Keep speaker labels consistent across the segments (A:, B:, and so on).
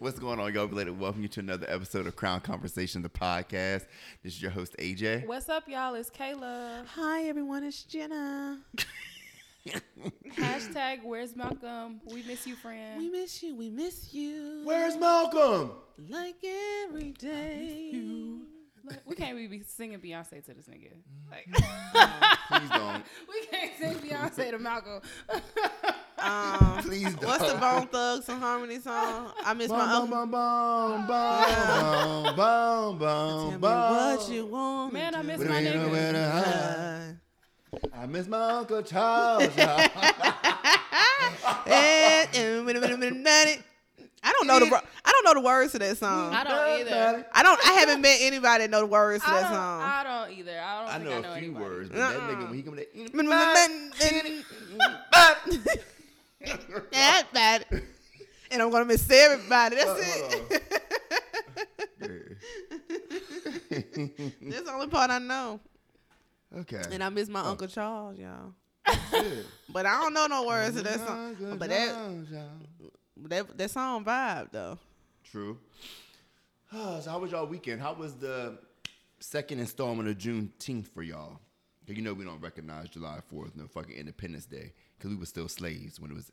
A: What's going on, y'all? Related, welcome you to another episode of Crown Conversation, the podcast. This is your host AJ.
B: What's up, y'all? It's Kayla.
C: Hi, everyone. It's Jenna.
B: Hashtag Where's Malcolm? We miss you, friend.
C: We miss you. We miss you.
A: Where's Malcolm?
C: like every day?
B: Like, we can't really be singing Beyonce to this nigga. Like,
A: Please don't.
B: we can't sing Beyonce to Malcolm.
C: Um,
A: Please don't.
C: what's the Bone Thugs and Harmony song? I miss my
A: Bum,
C: uncle.
A: bum, bum, bum, bum, bum,
C: Tell
A: bum,
C: me
A: bum.
C: what you want.
B: Man, I miss
A: Wait a
B: my
A: minute, wait a
B: nigga.
A: minute, huh? I miss my Uncle Charles. y'all.
C: Uh, and, and eh, wait a minute, wait a minute, minute. I don't know the bro- I don't know the words to that song.
B: I don't either.
C: I don't. I haven't met anybody that know the words to
B: I
C: that
B: don't,
C: song.
B: I don't either. I don't
A: I
B: think
A: know
B: I know
A: a few
B: anybody.
A: words, but that
C: Uh-uh.
A: nigga, when he come to
C: That bad. And I'm gonna miss everybody. That's
A: Uh, Hold on.
C: it. That's the only part I know.
A: Okay.
C: And I miss my
A: Oh.
C: Uncle Charles, y'all.
A: Good.
C: But I don't know no words to that song. But that,
A: Sometimes, y'all.
C: that that song vibe though.
A: True. so how was y'all weekend? How was the second installment of Juneteenth for y'all? 'Cause You know we don't recognize July Fourth, no fucking Independence Day, because we were still slaves when it was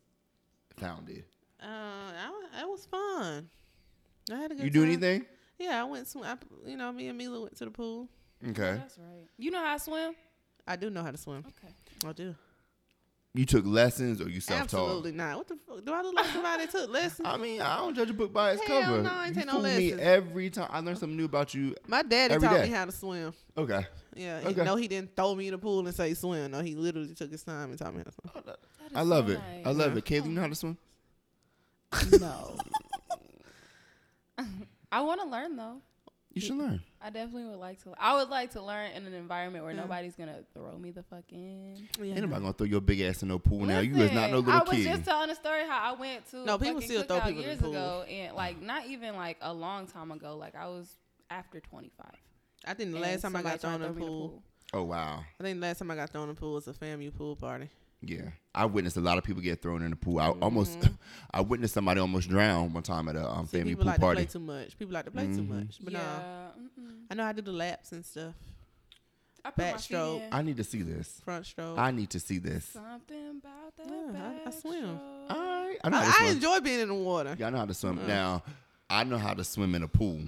A: founded.
C: Uh, I, wa- it was fun. I had a good
A: You do
C: time.
A: anything?
C: Yeah, I went. Sw- I, you know, me and Mila went to the pool.
A: Okay.
B: That's right. You know how I swim?
C: I do know how to swim.
B: Okay.
C: I do.
A: You took lessons or you self-taught?
C: Absolutely not. What the fuck? Do I look like somebody that took lessons?
A: I mean, I don't judge a book by its
C: Hell
A: cover.
C: no, I ain't
A: you
C: take no
A: fool me
C: lessons.
A: every time. I learn something new about you.
C: My daddy
A: Every
C: taught
A: day.
C: me how to swim.
A: Okay.
C: Yeah. he-
A: Okay.
C: No, he didn't throw me in the pool and say swim. No, he literally took his time and taught me how to swim.
A: I love it. I
B: nice.
A: love it. Kaylee, you know how to swim?
B: No. I want to learn though.
A: You should learn.
B: I definitely would like to. I would like to learn in an environment where nobody's gonna throw me the fuck in.
C: Yeah.
A: Ain't nobody gonna throw your big ass in no pool now. You is not no little
B: Listen, I was
A: kid.
B: just telling a story how I went to
C: No, people
B: fucking
C: still throw
B: cookout
C: people in the
B: years
C: pool.
B: ago and like not even like a long time ago. Like I was after twenty five.
C: I think the last time I got thrown in the pool,
A: oh wow.
C: I think the last time I got thrown in the pool was a FAMU pool party.
A: Yeah, I witnessed a lot of people get thrown in the pool. I
C: Mm-hmm.
A: almost, I witnessed somebody almost drown one time at a um,
C: See,
A: family
C: people
A: pool
C: like
A: party. Mm-hmm.
C: to play too much. People like to play too much. But no,
B: yeah, mm-mm.
C: I know how to do the laps and stuff.
B: I put my feet
C: Backstroke.
B: in.
A: I need to see this.
C: Front stroke.
A: I need to see this.
B: Something about that.
C: Yeah, I- I swim.
B: backstroke. Oh,
A: All right, I know how to
C: I, I
A: swim.
C: enjoy Mm-hmm. being in the water.
A: Y'all know how to swim. Now, I know how to swim in a pool.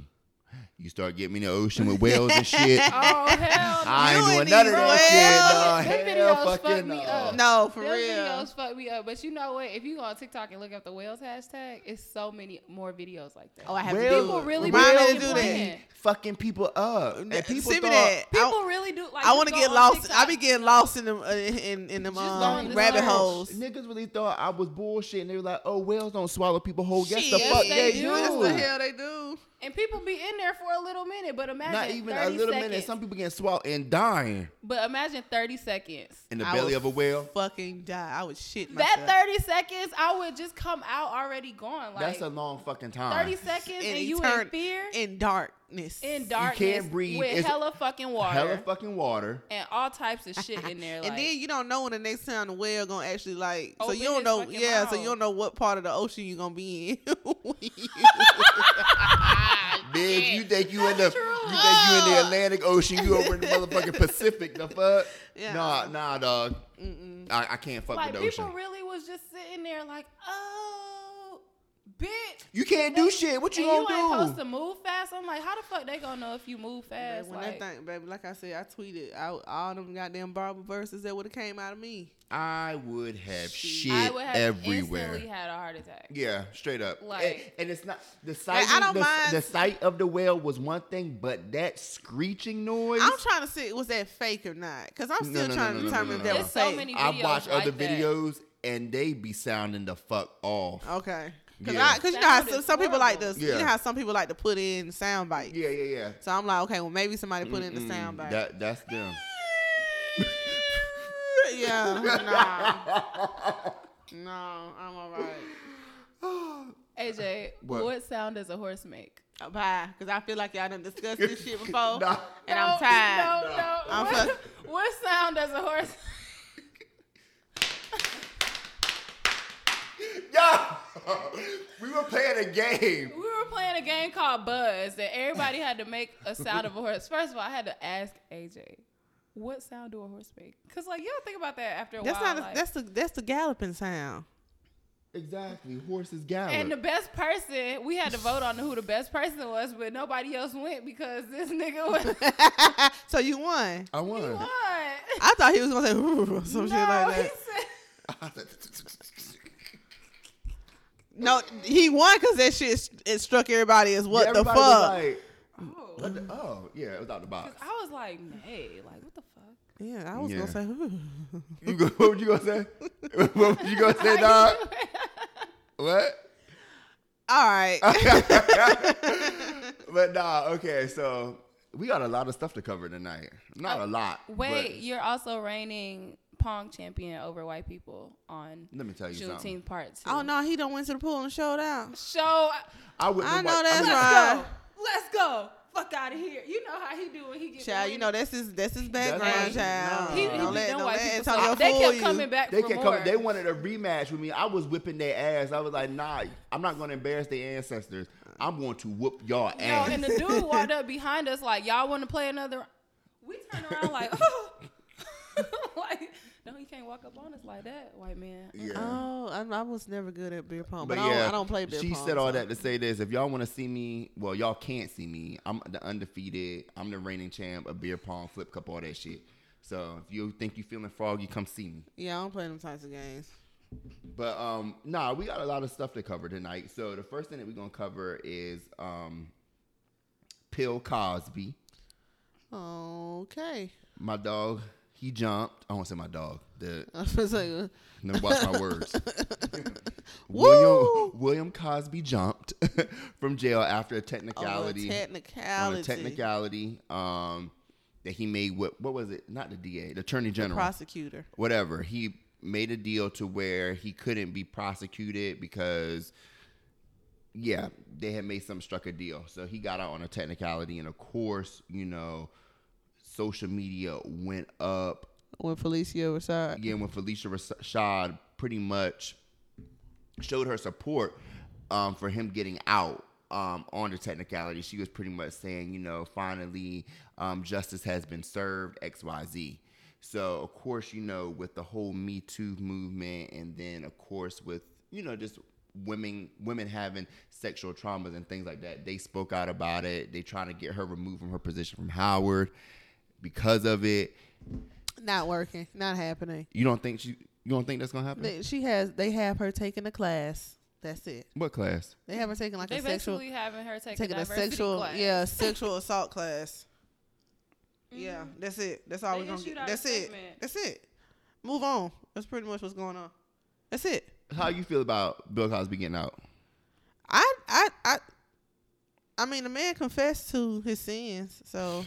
A: You start getting me in the ocean with whales and shit.
B: Oh hell!
A: I
C: You
A: ain't doing
C: and
A: none of
C: these
A: that
B: whales.
A: shit.
B: Them
A: No, hell,
B: videos fuck
A: fucking
B: me
A: no.
B: up.
C: No, for
B: Them
C: real.
B: videos fuck me up, but you know what? If you go on TikTok and look up the whales hashtag, it's so many more videos like that.
C: Oh, I have
A: Well,
C: to do
B: people
C: it.
B: really
C: Remind me
B: be
C: to do
B: playing.
C: that.
A: Fucking people up. And
C: Send me
A: people thought,
C: that. I-
B: People really do. Like,
C: I
B: just
C: want to
B: go
C: get
B: on
C: lost.
B: TikTok.
C: I be getting lost in them uh, in in them
B: Just go in
C: um,
B: the
C: rabbit
B: search.
C: holes.
A: Niggas really thought I was bullshit, and they were like, "Oh, whales don't swallow people whole." Guess the
C: Shit,
A: fuck
B: they
A: they,
B: do.
A: do.
C: Yes, the hell they do.
B: And people be in there for a little minute, but imagine
A: Not even a
B: 30
A: little
B: seconds.
A: minute. Some people getting swallowed and dying
B: but imagine thirty seconds.
A: in the
C: I
A: belly
C: would
A: of a whale.
C: Fucking die. I would shit myself.
B: That thirty seconds, I would just come out already gone. Like
A: That's a long fucking time.
B: thirty seconds,
C: In
B: and you in
C: etern-
B: fear,
C: in darkness.
B: in darkness,
A: breathe.
B: with
A: It's
B: hella fucking water,
A: Hella fucking water.
B: and all types of shit in there.
C: and
B: like,
C: then you don't know when the next time the whale gonna actually like. so
B: Open
C: you don't
B: his
C: know.
B: fucking
C: Yeah. So
B: mouth.
C: you don't know what part of the ocean you gonna be in. when you-
A: Big, you think you in the
B: That's true.
A: you think you in the Atlantic Ocean? You over in the motherfucking Pacific? The fuck?
C: Yeah.
A: Nah, nah, dog. I, I can't fuck
B: like
A: with
B: people
A: the ocean.
B: really was just sitting there like, oh, bitch.
A: you can't do shit. What you
B: and you
A: gonna
B: ain't
A: do?
B: supposed to move fast. I'm like, how the fuck they gonna know if you move fast?
C: when
B: Like,
C: that thing, baby, like I said, I tweeted out all them goddamn Bible verses that would have came out of me.
A: I would have shit
B: I would have
A: everywhere.
B: instantly had a heart attack.
A: Yeah, straight up.
B: Like-
A: and, and it's not the sight.
C: I don't
A: the,
C: mind-
A: the sight of the whale was one thing, but that screeching noise.
C: I'm trying to see was that fake or not, because I'm
A: No,
C: still
A: no, no,
C: trying
A: no,
C: to
A: no,
C: determine
A: no,
C: if
A: no,
C: that
A: no.
C: was
B: There's so
C: fake.
B: many
A: I
B: videos
A: watch other
B: like that.
A: videos and they be sounding the fuck off.
C: Okay. Cause,
A: Yeah.
C: I, Cause you know how
B: Sound
C: some,
B: is
C: some people like to,
B: horrible.
C: you
A: Yeah.
C: know how some people like to put in sound bites.
A: Yeah, yeah, yeah.
C: So I'm like, okay, well maybe somebody put in the sound bite.
A: That that's them.
C: yeah, nah, no, I'm alright.
B: AJ,
A: What?
B: what? sound does a horse make?
C: Uh, Bye, cause I feel like y'all done discussed this shit before,
A: Nah.
C: and I'm tired.
B: No, no.
C: I'm
B: what,
C: fuck-
B: what sound does a horse?
A: Yeah. we were playing a game.
B: We were playing a game called Buzz that everybody had to make a sound of a horse. First of all, I had to ask AJ, what sound do a horse make? Cause like y'all think about that after a
C: That's
B: while.
C: not. A,
B: like-
C: that's the that's the galloping sound.
A: Exactly, horses gallop.
B: and the best person, we had to vote on who the best person was, but nobody else went because this nigga was
C: so you won.
A: I
B: he
A: won.
B: won.
C: I thought he was gonna say "Ooh," or some
B: no,
C: shit like
B: he
C: that.
B: said
C: No, he won because that shit st- it struck everybody as what
A: Yeah,
C: the
A: everybody
C: fuck.
A: was like,
B: Oh.
A: what the- oh, yeah, it was out the box.
B: 'Cause I was like, hey, like what the fuck?
C: yeah, I was
A: Yeah.
C: gonna say "Ooh."
A: You go, what would you gonna say? what would you gonna say, dog? what?
C: All right.
A: But nah, okay, so we got a lot of stuff to cover tonight. Not
C: Oh,
A: a lot. but
B: Wait, you're also reigning Pong champion over white people on
A: let me tell you something.
B: Juneteenth part two.
C: oh no, he don't went to the pool and showed out.
B: Show
A: I would.
C: I
A: nobody-
C: know that's
A: mean,
C: right.
B: Let's go. Let's go. Fuck out of here. You know how he do when he gets.
C: Child, you know uh, that's his that's his background,
A: That's-
C: child.
A: no.
B: He, he
A: don't
B: don't
A: let-
B: white people.
C: Antonio
B: so they
C: fool
B: kept
C: you.
B: coming back
A: They
B: for
A: kept
B: more.
A: coming. They wanted a rematch with me. I was whipping their ass. I was like, nah, I'm not gonna embarrass their ancestors. I'm going to whoop y'all
B: Yo,
A: ass.
B: and the dude walked up behind us like, y'all want to play another? We turned around like, oh, like no, you can't walk up on us like that, white man.
A: yeah.
C: Oh, I, I was never good at beer pong, but,
A: But
C: I, don't,
A: yeah,
C: I don't play beer
A: She
C: pong.
A: said all
C: so.
A: that to say this: if y'all want to see me, well, y'all can't see me. I'm the undefeated. I'm the reigning champ of beer pong, flip cup, all that shit. So if you think you feeling froggy, come see me.
C: Yeah, I don't play them types of games.
A: But um, nah, we got a lot of stuff to cover tonight. So the first thing that we're gonna cover is um, Pill Cosby,
C: Okay.
A: my dog. He jumped. I won't say my dog. The
C: I was like, uh,
A: No, watch my words. William,
C: Woo!
A: William Cosby jumped from jail after a technicality.
C: On a
A: On
C: technicality.
A: a technicality. Um, that he made what what was it? Not the DA, the Attorney General,
C: Prosecutor.
A: whatever. He made a deal to where he couldn't be prosecuted because, yeah, they had made some struck a deal. So he got out on a technicality, and of course, you know, social media went up
C: When Felicia retired.
A: again when Felicia Rashad pretty much showed her support um, for him getting out um, on the technicality. She was pretty much saying, you know, finally um, justice has been served, XYZ. So, of course, you know, with the whole Me Too movement, and then, of course, with, you know, just women women having sexual traumas and things like that they spoke out about it they trying to get her removed from her position from howard because of it
C: Not working. Not happening.
A: you don't think she you don't think that's gonna happen
C: They, she has. They have her taking a class. That's it.
A: What class?
C: They have her taking like
B: They
C: a sexual,
B: basically having her take
C: taking
B: a
C: a
B: diversity
C: sexual,
B: class.
C: yeah, sexual assault class. Yeah, that's it. That's all
B: Mm-hmm. They
C: we're gonna
B: issued
C: get.
B: out a
C: That's it.
B: statement.
C: That's it. Move on. That's pretty much what's going on. That's it.
A: How you feel about Bill Cosby getting out?
C: I, I, I, I mean, the man confessed to his sins, so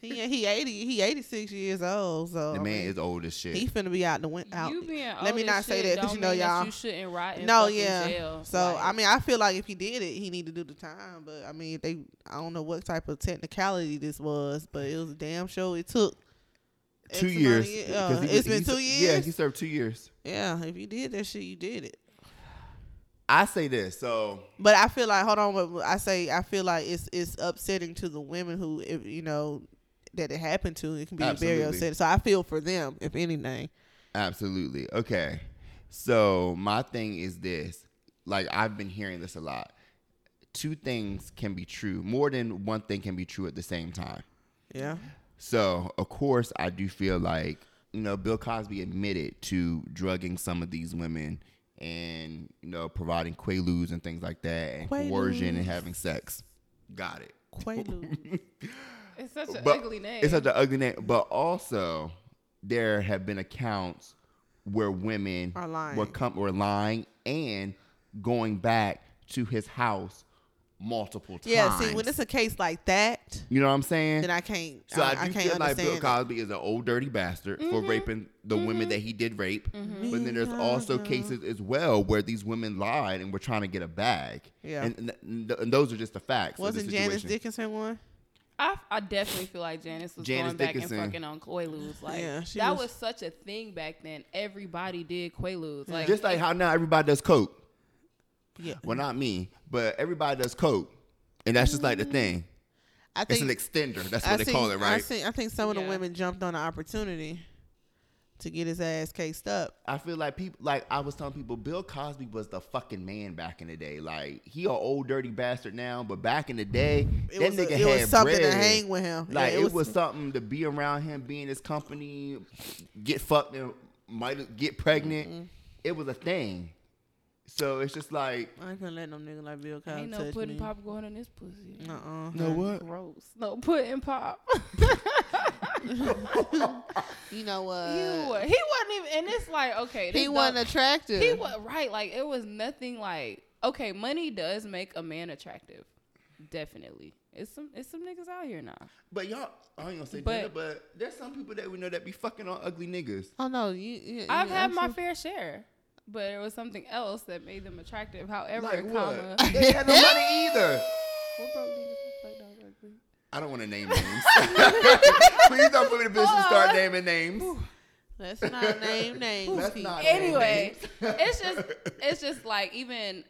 C: he he eighty he eighty six years old. So
A: The
C: I
A: man
C: mean,
A: is old as shit.
C: Oh, he finna be out the win- out.
B: You being
C: Let me
B: old
C: not
B: as
C: say
B: shit
C: that because
B: don't
C: you know
B: mean that
C: y'all.
B: you shouldn't rot in
C: No,
B: fucking
C: yeah.
B: jail.
C: So
B: Like,
C: I mean, I feel like if he did it, he needed to do the time. But I mean, they I don't know what type of technicality this was, but it was a damn show. It took X
A: two
C: amount of
A: years.
C: ye-
A: 'Cause
C: uh,
A: he-
C: it's
A: he
C: been
A: ser-
C: two
A: Yeah,
C: years.
A: he
C: Yeah,
A: served two years.
C: if you did that shit, you did it.
A: I say this. So
C: But I feel like hold on, but I say I feel like it's it's upsetting to the women who if, you know that it happened to. It can be
A: Absolutely.
C: very upsetting. So I feel for them, if anything.
A: absolutely okay. So my thing is this. Like I've been hearing this a lot. Two things can be true. More than one thing can be true at the same time.
C: Yeah.
A: So, of course, I do feel like, you know, Bill Cosby admitted to drugging some of these women and, you know, providing quaaludes and things like that and coercion and
C: Quaaludes.
A: having sex. Got it.
C: Quaalude.
B: it's such an
A: But
B: ugly name.
A: It's such an ugly name. But also, there have been accounts where women
C: Are lying.
A: were, com- were lying and going back to his house multiple times.
C: yeah. See, when it's a case like that,
A: you know what I'm saying?
C: then I can't.
A: So I,
C: I,
A: do
C: can't
A: feel
C: understand.
A: like Bill
C: it.
A: Cosby is an old dirty bastard for raping the women that he did rape. But then there's also cases as well where these women lied and were trying to get a bag.
C: Yeah.
A: And, and, th- and those are just the facts. of the
C: Wasn't Janice
A: situation.
C: Dickinson one?
B: I, I definitely feel like Janice was
A: Janice
B: going back
A: Dickinson.
B: and fucking on Quaaludes. Like
C: Yeah, she
B: that
C: was-
B: was, such a thing back then. Everybody did Quaaludes. Like
A: Just like how now everybody does coke.
C: Yeah.
A: Well, not me, but everybody does coke, and that's just like the thing.
C: I
A: It's
C: think
A: an extender. That's what
C: I
A: they
C: seen-
A: call it,
C: I
A: right?
C: seen, I think some of the
B: Yeah.
C: women jumped on the opportunity to get his ass cased up.
A: I feel like people, like I was telling people, Bill Cosby was the fucking man back in the day. Like he a old dirty bastard now, but back in the day,
C: It
A: that
C: was a-
A: nigga
C: it
A: had
C: was something to
A: bread.
C: hang with him.
A: Like
C: Yeah,
A: it, was, something to be around him, be in his company, get fucked and might get pregnant. It was a thing. So it's just like
C: I couldn't let no nigga like Bill Cosby
B: ain't no
C: touch
B: pudding
C: me.
B: pop going on this pussy.
C: Uh-uh.
A: no what?
B: Gross. No pudding pop.
C: You know what?
B: You were- he wasn't even, and it's like okay,
C: Uh, he
B: this
C: wasn't
B: dog-
C: attractive.
B: He was right. Like it was nothing. Like okay, money does make a man attractive. Definitely, it's some it's some niggas out here now.
A: But y'all, I ain't gonna say
B: But-
A: gender, but there's some people that we know that be fucking on ugly niggas.
C: Oh no, you. you
B: I've
C: you
B: had my fair
C: absolutely-
B: share, but it was something else that made them attractive. However,
A: Like
B: comma.
A: what? They had no money either.
B: What broke niggas like dog ugly?
A: I don't want to name names. Please don't put me in a position to start naming names.
C: Let's not name names.
A: Let's
C: Pete.
A: not name
B: anyway,
A: names.
B: it's just it's just like even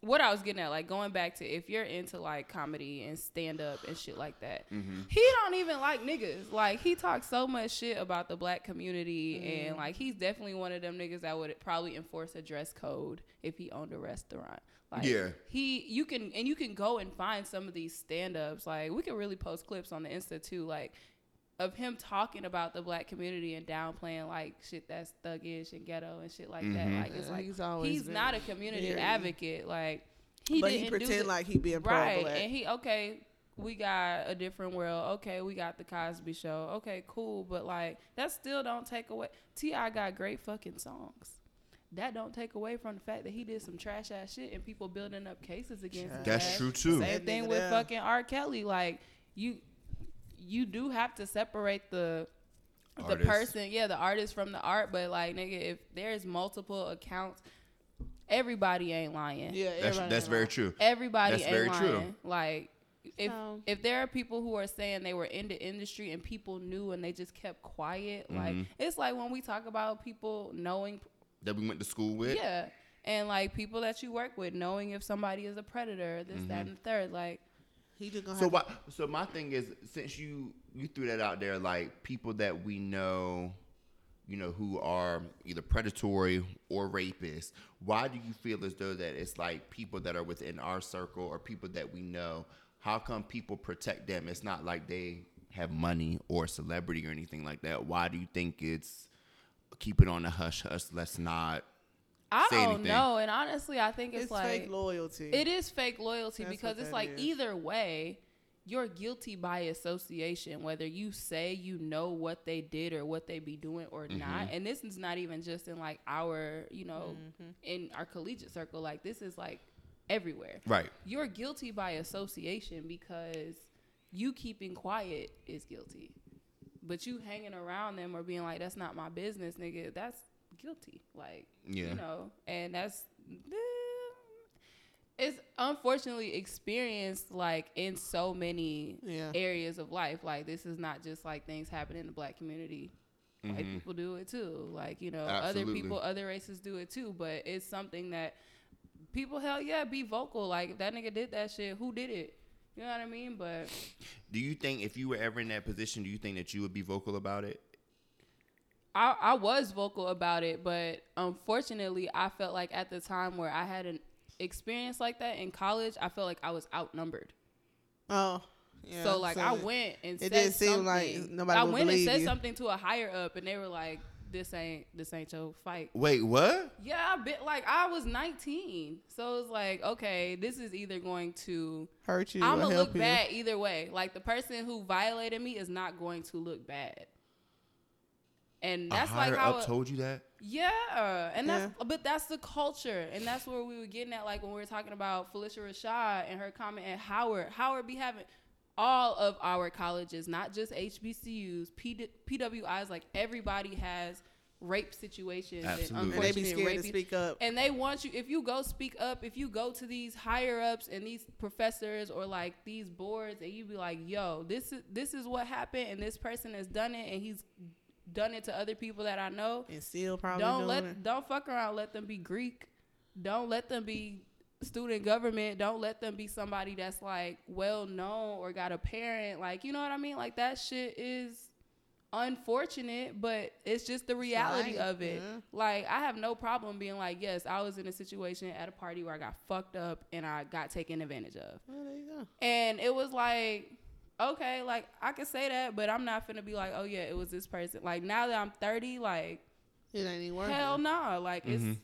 B: what I was getting at, like going back to if you're into like comedy and stand up and shit like that, he don't even like niggas. Like he talks so much shit about the black community and like he's definitely one of them niggas that would probably enforce a dress code if he owned a restaurant. Like
A: Yeah.
B: he you can and you can go and find some of these stand ups. Like we could really post clips on the Insta too, like of him talking about the black community and downplaying like shit that's thuggish and ghetto and shit like that. Like it's
C: Yeah,
B: like
C: he's
B: he's,
C: always been
B: not a community
C: very-
B: advocate. Like he
C: but
B: didn't
C: he
B: do
C: pretend
B: the-
C: like he being
B: right,
C: pro-black.
B: and he okay. We got a different world. Okay, we got the Cosby Show. Okay, cool, but like that still don't take away. Ti got great fucking songs. That don't take away from the fact that he did some trash ass shit and people building up cases against him.
A: That's
B: Like,
A: true, too.
B: Same
C: That nigga
B: thing with
C: there.
B: fucking R. Kelly. Like you, you do have to separate the the
A: Artist.
B: person, yeah, the artist from the art. But like, nigga, if there's multiple accounts, everybody ain't lying.
C: yeah,
A: That's,
C: everybody
A: that's
C: know.
A: very true.
B: Everybody
A: That's
B: ain't
A: very
B: lying.
A: true.
B: Like if
C: So-
B: if there are people who are saying they were in the industry and people knew and they just kept quiet, like
A: Mm-hmm.
B: it's like when we talk about people knowing
A: That we went to school with.
B: yeah. And like people that you work with knowing if somebody is a predator, this,
A: Mm-hmm.
B: that, and the third. Like
C: He just gonna
A: So
C: have
A: why? So my thing is, since you you threw that out there, like people that we know, you know, who are either predatory or rapists, why do you feel as though that it's like people that are within our circle or people that we know? How come people protect them? It's not like they have money or celebrity or anything like that. Why do you think it's keep it on the hush hush? Let's not.
B: I
A: Say
B: don't
A: anything.
B: know. And honestly I think
C: it's,
B: it's, like
C: fake loyalty.
B: It is fake loyalty
C: That's what
B: because it's
C: that
B: like
C: is.
B: either way, you're guilty by association, whether you say you know what they did or what they be doing or not. And this is not even just in like our, you know,
C: Mm-hmm.
B: in our collegiate circle. Like this is like everywhere.
A: Right.
B: You're guilty by association because you keeping quiet is guilty. But you hanging around them or being like, that's not my business, nigga, that's guilty. Like,
A: Yeah.
B: you know, and that's, eh, it's unfortunately experienced like in so many
C: Yeah.
B: areas of life. Like, this is not just like things happen in the black community. White people do it too. Like, you know,
A: Absolutely.
B: other people, other races do it too. But it's something that people, hell yeah, be vocal. Like, if that nigga did that shit, who did it? You know what I mean? But
A: Do you think if you were ever in that position, do you think that you would be vocal about it?
B: I, I was vocal about it, but unfortunately, I felt like at the time where I had an experience like that in college, I felt like I was outnumbered.
C: oh, yeah,
B: so like I
C: it-
B: went and
C: it
B: said
C: didn't seem like
B: something.
C: nobody
B: I
C: would
B: went and
C: believe
B: said
C: you.
B: something to a higher up, and they were like, "This ain't this ain't your fight."
A: Wait, what?
B: Yeah, I bit like I was 19, so it was like, okay, this is either going to
C: hurt you.
B: I'm
C: or
B: gonna
C: help
B: look
C: you.
B: bad either way. Like the person who violated me is not going to look bad. And that's
A: a higher
B: like how
A: up
B: it-
A: told you that.
B: Yeah, and that's
C: Yeah.
B: but that's the culture, and that's where we were getting at. Like when we were talking about Felicia Rashad and her comment at Howard, Howard be having all of our colleges, not just HBCUs, P- PWIs. Like everybody has rape situations
A: Absolutely.
B: and
C: And they be
B: unfortunate
C: scared
B: rapey-
C: to speak up.
B: and they want you if you go speak up if you go to these higher ups and these professors or like these boards and you be like yo this is this is what happened and this person has done it and he's done it to other people that i know
C: And still probably
B: don't
C: doing
B: let
C: it.
B: don't fuck around let them be greek don't let them be student government don't let them be somebody that's like well known or got a parent like you know what i mean like that shit is unfortunate but it's just the reality
C: life,
B: of it
C: yeah.
B: like i have no problem being like yes i was in a situation at a party where i got fucked up and i got taken advantage of
C: Well, there you go.
B: and it was like, okay, like I could say that, but I'm not finna be like, oh yeah, it was this person. Like now that I'm 30, like
C: It ain't even worth
B: hell
C: it.
B: no, like
A: Mhm.
B: it's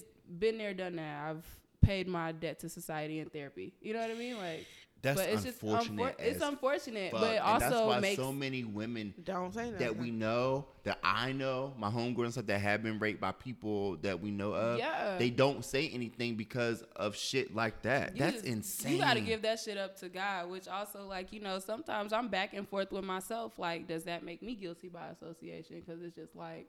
B: it's been there, done that. I've paid my debt to society in therapy. You know what I mean? Like,
A: That's
B: but it's just
A: unfortunate.
B: unfor- it's
A: as
B: unfortunate,
A: fuck.
B: but it
A: And
B: also
A: that's why
B: makes
A: so many women
C: Don't say
A: that we know, that I know, my homegirls and stuff that have been raped by people that we know of,
B: Yeah.
A: uh, they don't say anything because of shit like that.
B: you
A: That's
B: just-
A: insane.
B: You gotta give that shit up to God, which also like you know sometimes I'm back and forth with myself. Like, does that make me guilty by association? Because it's just like.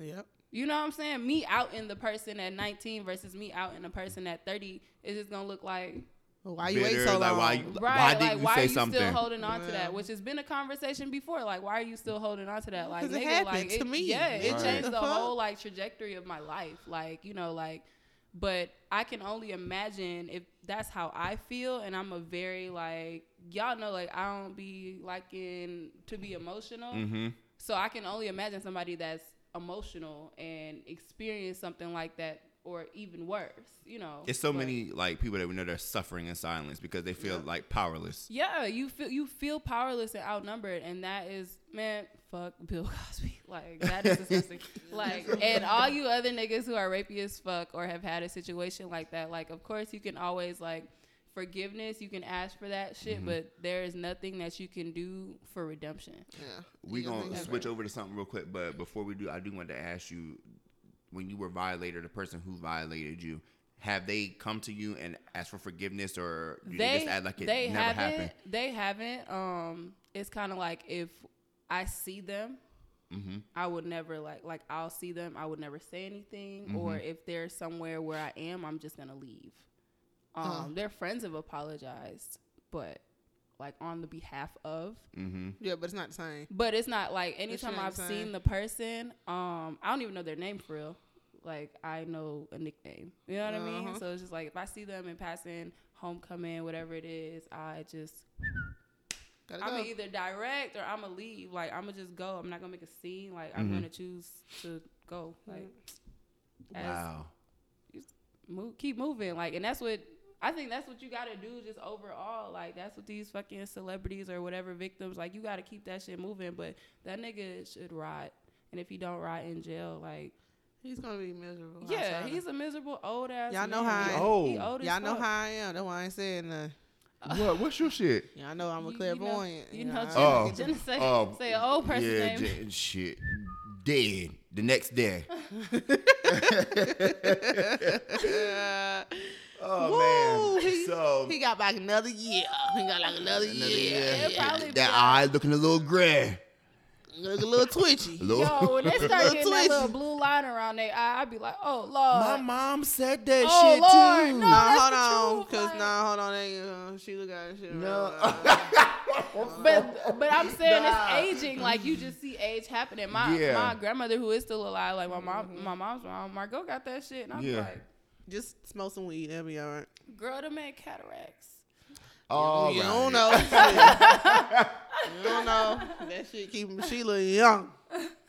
C: Yep.
B: You know what I'm saying? Me out in the person at 19 versus me out in the person at 30 is just gonna look like
C: Well, why you wait
A: Bitter,
C: so long?
A: like, why you-
B: right.
A: Why didn't
B: like
A: you
B: why
A: say
B: are you
A: something?
B: still holding on to
C: Yeah.
B: that? Which has been a conversation before. Like why are you still holding on to that? Like
C: 'Cause it
B: nigga,
C: happened
B: like
C: to me.
B: yeah, it
A: Right.
B: changed
C: The
B: the
C: fuck?
B: whole like trajectory of my life. Like you know like, but I can only imagine if that's how I feel, and I'm a very like y'all know like I don't be liking to be emotional.
A: Mm-hmm.
B: So I can only imagine somebody that's emotional and experience something like that, or even worse. You know,
A: It's so
B: But-
A: many like people that we know that are suffering in silence because they feel like powerless.
B: Yeah, you feel you feel powerless and outnumbered, and that is man, fuck Bill Cosby. Like that is disgusting. like and all you other niggas who are rapey as fuck or have had a situation like that, like of course you can always like forgiveness, you can ask for that shit,
A: Mm-hmm.
B: but there is nothing that you can do for redemption.
C: Yeah.
A: We
C: You
A: gonna
C: think-
A: switch over to something real quick, but before we do, I do want to ask you: when you were violated, the person who violated you, have they come to you and asked for forgiveness, or do they, just act like it
B: they
A: never
B: haven't
A: happened?
B: they haven't um it's kind of like if i see them
A: Mm-hmm,
B: i would never like like i'll see them i would never say anything or if they're somewhere where i am i'm just gonna leave um their friends have apologized but like on the behalf of
A: Mm-hmm.
C: Yeah, but it's not the same.
B: but it's not like anytime
C: not
B: i've
C: the same.
B: seen the person um i don't even know their name for real like i know a nickname you know what i mean
C: Uh-huh.
B: so it's just like if i see them in passing homecoming whatever it is i just
C: Gotta
B: I'm
C: go.
B: gonna either direct or I'm gonna leave. Like I'm gonna just go. I'm not gonna make a scene. Like
A: Mm-hmm.
B: I'm gonna choose to go. Like as-
A: Wow.
B: move, keep moving. Like and that's what I think. That's what you gotta do. Just overall, like that's what these fucking celebrities or whatever victims. Like you gotta keep that shit moving. But that nigga should rot. And if he don't rot in jail, like
C: he's gonna be miserable.
B: yeah,
C: outside.
B: he's a miserable old ass.
C: Y'all know
B: man.
C: how I-
B: He
A: Oh.
B: old as
C: Y'all know
B: fuck.
C: how I am. That's why I ain't saying nothing.
A: what? What's your shit?
C: Y'all know I'm
B: You- you
C: a
B: know-
C: clairvoyant.
B: You know,
C: I-
B: Jenna,
A: Oh.
B: Jenna say,
A: Oh,
B: say an old person
A: yeah, j-
B: name.
A: shit. Dead the next day. oh
C: Woo,
A: man.
C: he-
A: so
C: He got like another year. He got like another,
A: another
C: year.
A: year.
B: It'll probably be
A: that
B: like-
A: eye looking a little gray.
C: Look a little twitchy.
A: A little-
B: Yo, when they start getting that
C: Twitch.
B: little blue line around their eye, I'd be like, oh, Lord.
A: My mom said that
B: Oh,
A: shit
B: Lord,
A: too.
B: no.
C: No,
B: that's
C: hold
B: the
C: on,
B: truth,
C: cause
B: like-
C: no, hold on, they, uh, she uh, look at that shit.
A: No.
B: But but I'm saying
A: Nah.
B: it's aging. Like you just see age happening. My
A: Yeah.
B: my grandmother who is still alive, like my mom, my mom's mom, Margot got that shit, and I'm
A: Yeah.
B: like,
C: Just smoke some weed, that'll be all right.
B: girl, to make cataracts.
A: All
C: you
A: right.
C: don't know. you don't know. That shit keeping Sheila young.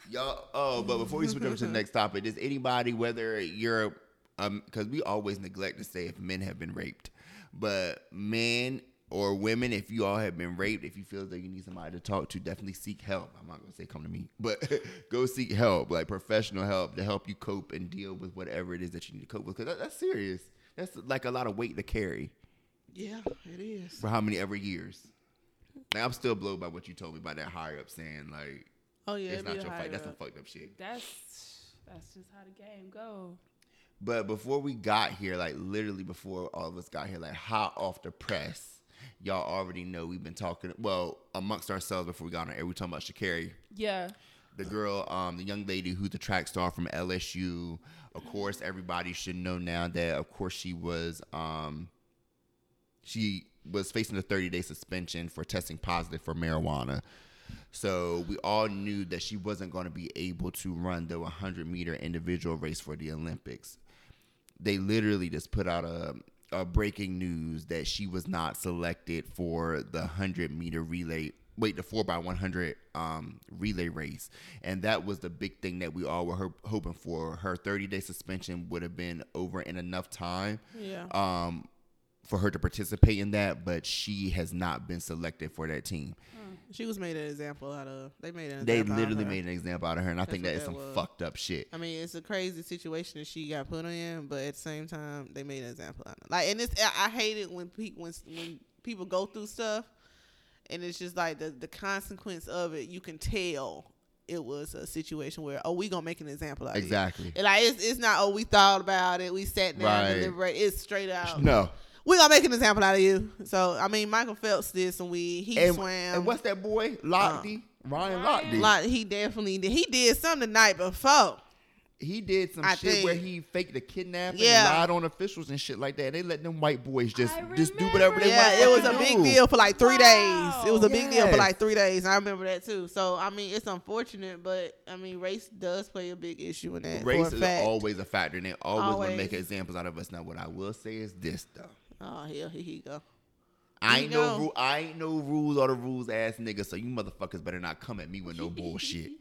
A: Y'all, oh, but before we switch over to the next topic, does anybody, whether you're, um, because we always neglect to say if men have been raped, but men or women, if you all have been raped, if you feel that you need somebody to talk to, definitely seek help. I'm not gonna say come to me, but go seek help, like professional help, to help you cope and deal with whatever it is that you need to cope with. Because that, that's serious. That's like a lot of weight to carry
C: Yeah, it is.
A: for how many ever years. Like, I'm still blown by what you told me about that higher up saying like
C: Oh yeah,
A: it's
C: it be
A: not
C: the
A: your
C: higher
A: fight. That's some
C: up.
A: fucked up shit.
B: That's that's just how the game go.
A: But before we got here, like literally before all of us got here, like hot off the press, y'all already know we've been talking. Well, amongst ourselves before we got on air, we talking about Shakari.
B: Yeah.
A: the girl, um, the young lady who's the track star from LSU. Of course, everybody should know now that of course she was um, she was facing a 30 day suspension for testing positive for marijuana. So we all knew that she wasn't going to be able to run the 100 meter individual race for the Olympics. They literally just put out a, a breaking news that she was not selected for the 100 meter relay. Wait, the four by one hundred um, relay race, and that was the big thing that we all were ho- hoping for. Her thirty day suspension would have been over in enough time
C: Yeah.
A: um, for her to participate in that, but she has not been selected for that team.
C: She was made an example out of. They made an.
A: They
C: example out of
A: literally
C: her.
A: made an example out of her, and I think that
C: That's
A: is some
C: what that was.
A: fucked up shit.
C: I mean, it's a crazy situation that she got put in, but at the same time, they made an example out of. Like, and it's I I hate it when pe- when when people go through stuff, and it's just like the the consequence of it. You can tell it was a situation where oh, we gonna make an example out of
A: Exactly.
C: it. And like it's, it's not oh, we thought about it, we sat down
A: Right.
C: and deliberate. It's straight out.
A: No.
C: We gonna make an example out of you. So I mean, Michael Phelps did some weed. He
A: And,
C: swam. Uh.
A: and what's that boy? Lochte? Ryan
B: Ryan.
A: Lochte.
C: Like, he definitely did. He did some the night before.
A: he did some
C: I
A: shit
C: think-
A: where he faked a kidnapping
C: Yeah.
A: and lied on officials and shit like that. And they let them white boys just
B: I
A: just do whatever they
C: Yeah,
A: want.
C: it was a big deal for like three
B: Wow.
C: days. It was a big deal for
A: Yes.
C: like three days. I remember that too. So I mean, it's unfortunate, but I mean, race does play a big issue in that.
A: Race
C: for a
A: is
C: fact.
A: always a factor, and they always, want to
C: Always.
A: make examples out of us. Now, what I will say is this though.
C: Oh, here, here he go.
A: I
C: You
A: ain't no
C: know.
A: rule. I ain't no rules or the rules ass nigga. So you motherfuckers better not come at me with no bullshit.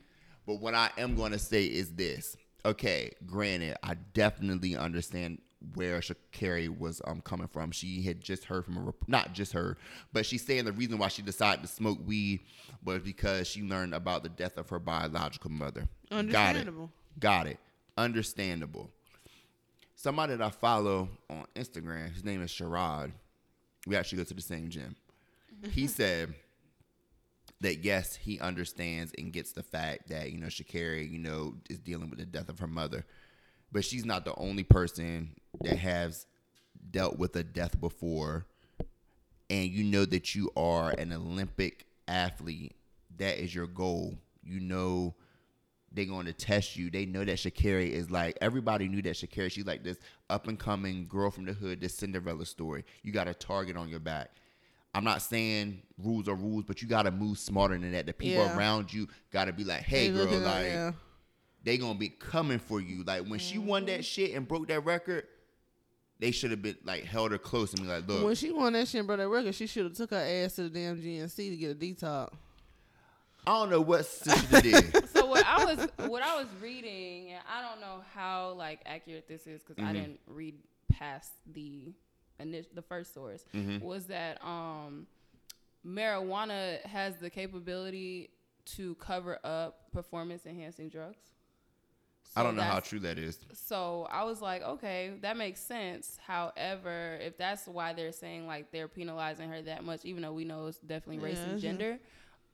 A: But what I am gonna say is this. Okay, granted, I definitely understand where Shakari was um coming from. She had just heard from a rep- not just her, but she's saying the reason why she decided to smoke weed was because she learned about the death of her biological mother.
C: Understandable.
A: Got it. Got it. Understandable somebody that I follow on Instagram, his name is Sherrod. We actually go to the same gym. He said that yes, he understands and gets the fact that, you know, Shakari, you know, is dealing with the death of her mother. But she's not the only person that has dealt with a death before. And you know that you are an Olympic athlete. That is your goal. You know they're going to test you. They know that Shakari is like everybody knew that Shakari. She's like this up and coming girl from the hood, this Cinderella story. You got a target on your back. I'm not saying rules are rules, but you got to move smarter than that. The people
C: Yeah.
A: around you got to be like, hey,
C: They
A: girl,
C: looking
A: like
C: at- yeah.
A: they gonna be coming for you. Like when she won
B: Mm-hmm.
A: that shit and broke that record, they should have been like held her close and be like, look,
C: when she won that shit, and broke that record, she should have took her ass to the damn GNC to get a detox.
A: I don't know what sister did.
B: so what I was what I was reading, and I don't know how like accurate this is because
A: Mm-hmm.
B: I didn't read past the initial the first source
A: Mm-hmm.
B: was that um marijuana has the capability to cover up performance enhancing drugs.
A: I don't know how
B: that's-
A: true that is.
B: so I was like, okay, that makes sense. However, if that's why they're saying like they're penalizing her that much, even though we know it's definitely race
C: Yeah.
B: and gender,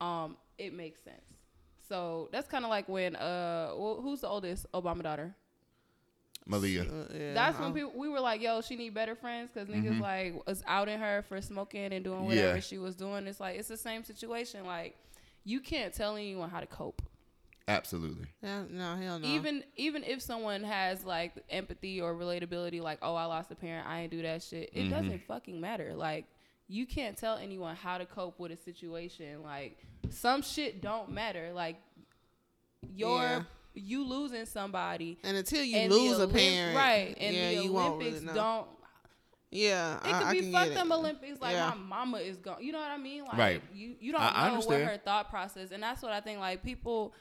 B: um, it makes sense. So that's kind of like when uh, wh- who's the oldest Obama daughter?
A: Malia.
C: Uh, yeah. Mm-hmm.
B: That's when
C: I'm-
B: people we were like, yo, she need better friends because niggas like was outing her for smoking and doing whatever
A: Yeah.
B: she was doing. It's like it's the same situation. Like you can't tell anyone how to cope.
A: Absolutely.
C: Yeah, no, hell no.
B: even even if someone has like empathy or relatability like oh i lost a parent i ain't do that shit
C: Mm-hmm.
B: it doesn't fucking matter like you can't tell anyone how to cope with a situation like some shit don't matter like your
C: Yeah.
B: you losing somebody
C: and until you
B: and the
C: lose a
B: Olymp-
C: parent,
B: right and
C: yeah,
B: the
C: you won't really
B: olympics
C: know.
B: don't
C: Yeah,
B: it could
C: I, I
B: be
C: can
B: fuck
C: get
B: them
C: it.
B: Olympics. Like
C: Yeah.
B: my mama is gone. You know what I mean? Like
A: Right.
B: you, you don't
A: I- I
B: know what
A: understand.
B: her thought process, and that's what I think. Like people,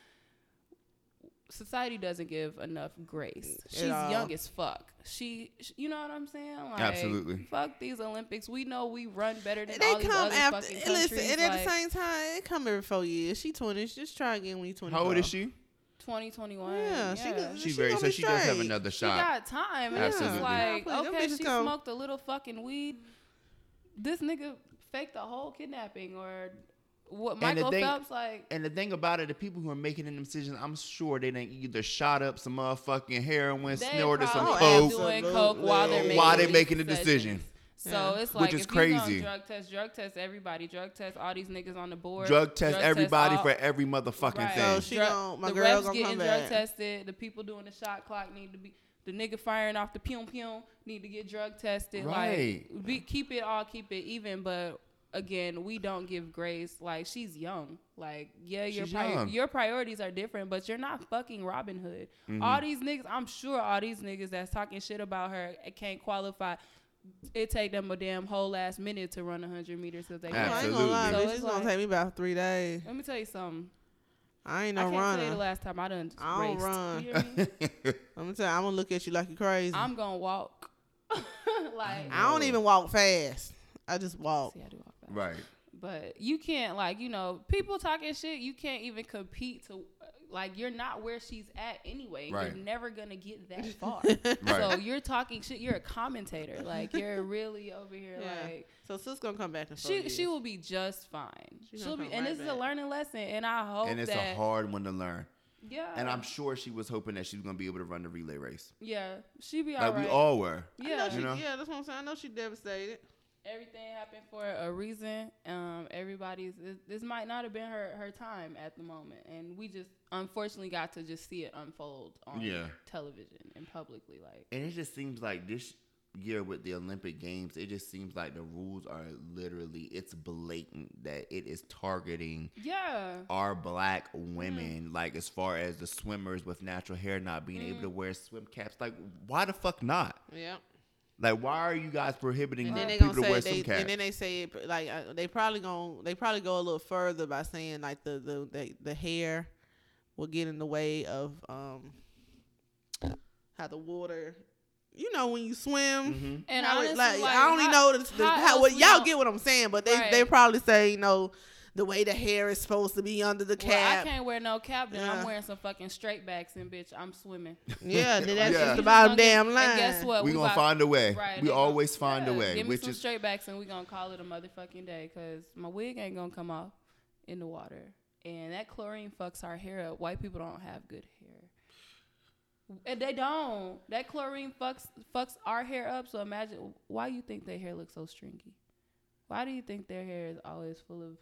B: society doesn't give enough grace. She's
C: all.
B: young as fuck. She, sh you know what I'm saying? Like,
A: Absolutely.
B: Fuck these Olympics. We know we run better than
C: They
B: all these
C: come
B: other
C: after.
B: fucking countries.
C: Listen, and at
B: like,
C: the same time, it come every four years. She twenty. Just try again when you twenty.
A: How old is she?
B: 2021.
C: Yeah, she could-
A: She
C: She
A: very
C: gonna
A: so
C: be
A: she does have
C: straight.
A: another
B: She
A: shot.
B: got time. And
A: Absolutely.
B: it's
C: Yeah,
B: like,
C: please, them
B: okay,
C: bitches
B: she
C: come-
B: smoked a little fucking weed. This nigga faked the whole kidnapping or what
A: And the
B: Michael
A: thing-
B: Phelps like
A: And the thing about it, the people who are making them decisions, I'm sure they done either shot up some motherfucking heroin,
B: they
A: snorted some
B: probably
C: Oh,
A: coke
B: doing coke while they're making
A: while they
B: these
A: making the
B: decisions.
A: decision.
B: So
C: Yeah.
B: it's
A: Which
B: like
A: is
B: if you gonna
A: crazy.
B: drug test, drug test everybody, drug test all these niggas on the board,
A: Drug test everybody
B: all-
A: for every motherfucking
B: Right.
A: thing.
C: So she
B: Drug-
C: gon- my
B: the
C: girl
B: refs
C: gonna
B: getting
C: come
B: drug
C: back.
B: tested. The people doing the shot clock need to be. The nigga firing off the pew pew need to get drug tested.
A: Right.
B: Like, be, keep it all, keep it even. But again, we don't give grace. Like she's young. Like yeah, your
A: She's
B: pri-
A: young.
B: your priorities are different, but you're not fucking Robin Hood.
A: Mm-hmm.
B: All these niggas, I'm sure all these niggas that's talking shit about her can't qualify. It take them a damn whole last minute to run 100 meters because they.
C: I ain't gonna
A: Absolutely.
C: lie,
B: So
C: bitch,
B: it's
C: it's gonna
B: like-
C: take me about three days.
B: Let me tell you something.
C: I ain't
B: I
C: no
B: can't tell you the
C: runner.
B: last time I done
C: I don't
B: raced.
C: run.
B: You hear me?
C: I'm gonna tell you, I'm gonna look at you like you're crazy. I'm,
B: I'm gonna walk. like
C: I do not
A: No.
C: even walk fast. I just walk.
B: see, I do walk fast.
A: right.
B: But you can't like you know people talking shit. You can't even compete to like you're not where she's at anyway.
A: Right.
B: You're never gonna get that far.
A: Right.
B: So you're talking shit. You're a commentator. Like you're really over here.
C: Yeah.
B: Like
C: So sis gonna come back and
B: she she will be just fine.
C: She
B: She'll
C: gonna
B: be
C: come
B: and
C: right
B: this is a
C: back.
B: learning lesson. And I hope
A: and it's
B: that
A: a hard one to learn.
B: yeah
A: And I'm sure she was hoping that she was gonna be able to run the relay race,
B: yeah she be
A: like
B: alright.
A: we all were.
B: yeah
A: she- you know?
C: Yeah, that's what I'm saying. I know she devastated.
B: everything happened for a reason. Um, everybody's this, this might not have been her her time at the moment, and we just unfortunately got to just see it unfold on
A: Yeah.
B: television and publicly. Like,
A: And it just seems like this year with the Olympic Games, it just seems like the rules are literally it's blatant that it is targeting
B: yeah,
A: our black
B: Mm.
A: women, like as far as the swimmers with natural hair not being able
B: Mm.
A: to wear swim caps. Like, why the fuck not?
C: Yeah.
A: Like, why are you guys prohibiting
C: And then they
A: people
C: gonna
A: to
C: say
A: wear swim
C: they,
A: caps?
C: and then they say it, like uh, they probably gonna they probably go a little further by saying like the the the, the hair will get in the way of um how the water. You know when you swim,
A: hmm
B: and
C: How it-
B: honestly,
C: like,
B: like,
C: I only
B: how-
C: know the, the,
B: how
C: how,
B: else
C: what
B: we
C: y'all
B: gon-
C: get what I'm saying, but they they
B: Right.
C: probably say you know the way the hair is supposed to be under the
B: Well, I
C: cap.
B: can't wear no cap, then
C: Yeah.
B: I'm wearing some fucking straight backs, and bitch, I'm swimming.
C: yeah, then that's
A: Yeah. You
C: just the
A: just
C: bottom
B: gonna get-
C: damn line.
B: And guess what?
A: we gonna
B: about-
A: find a way.
B: Right,
A: we
B: they
A: always
B: gonna-
A: find a
B: yeah,
A: way,
B: Give me
A: which
B: some
A: is
B: straight backs and we gonna call it a motherfucking day because my wig ain't gonna come off in the water, and that chlorine fucks our hair up. White people don't have good hair, and they don't. That chlorine fucks fucks our hair up. So imagine why you think their hair looks so stringy. Why do you think their hair is always full of?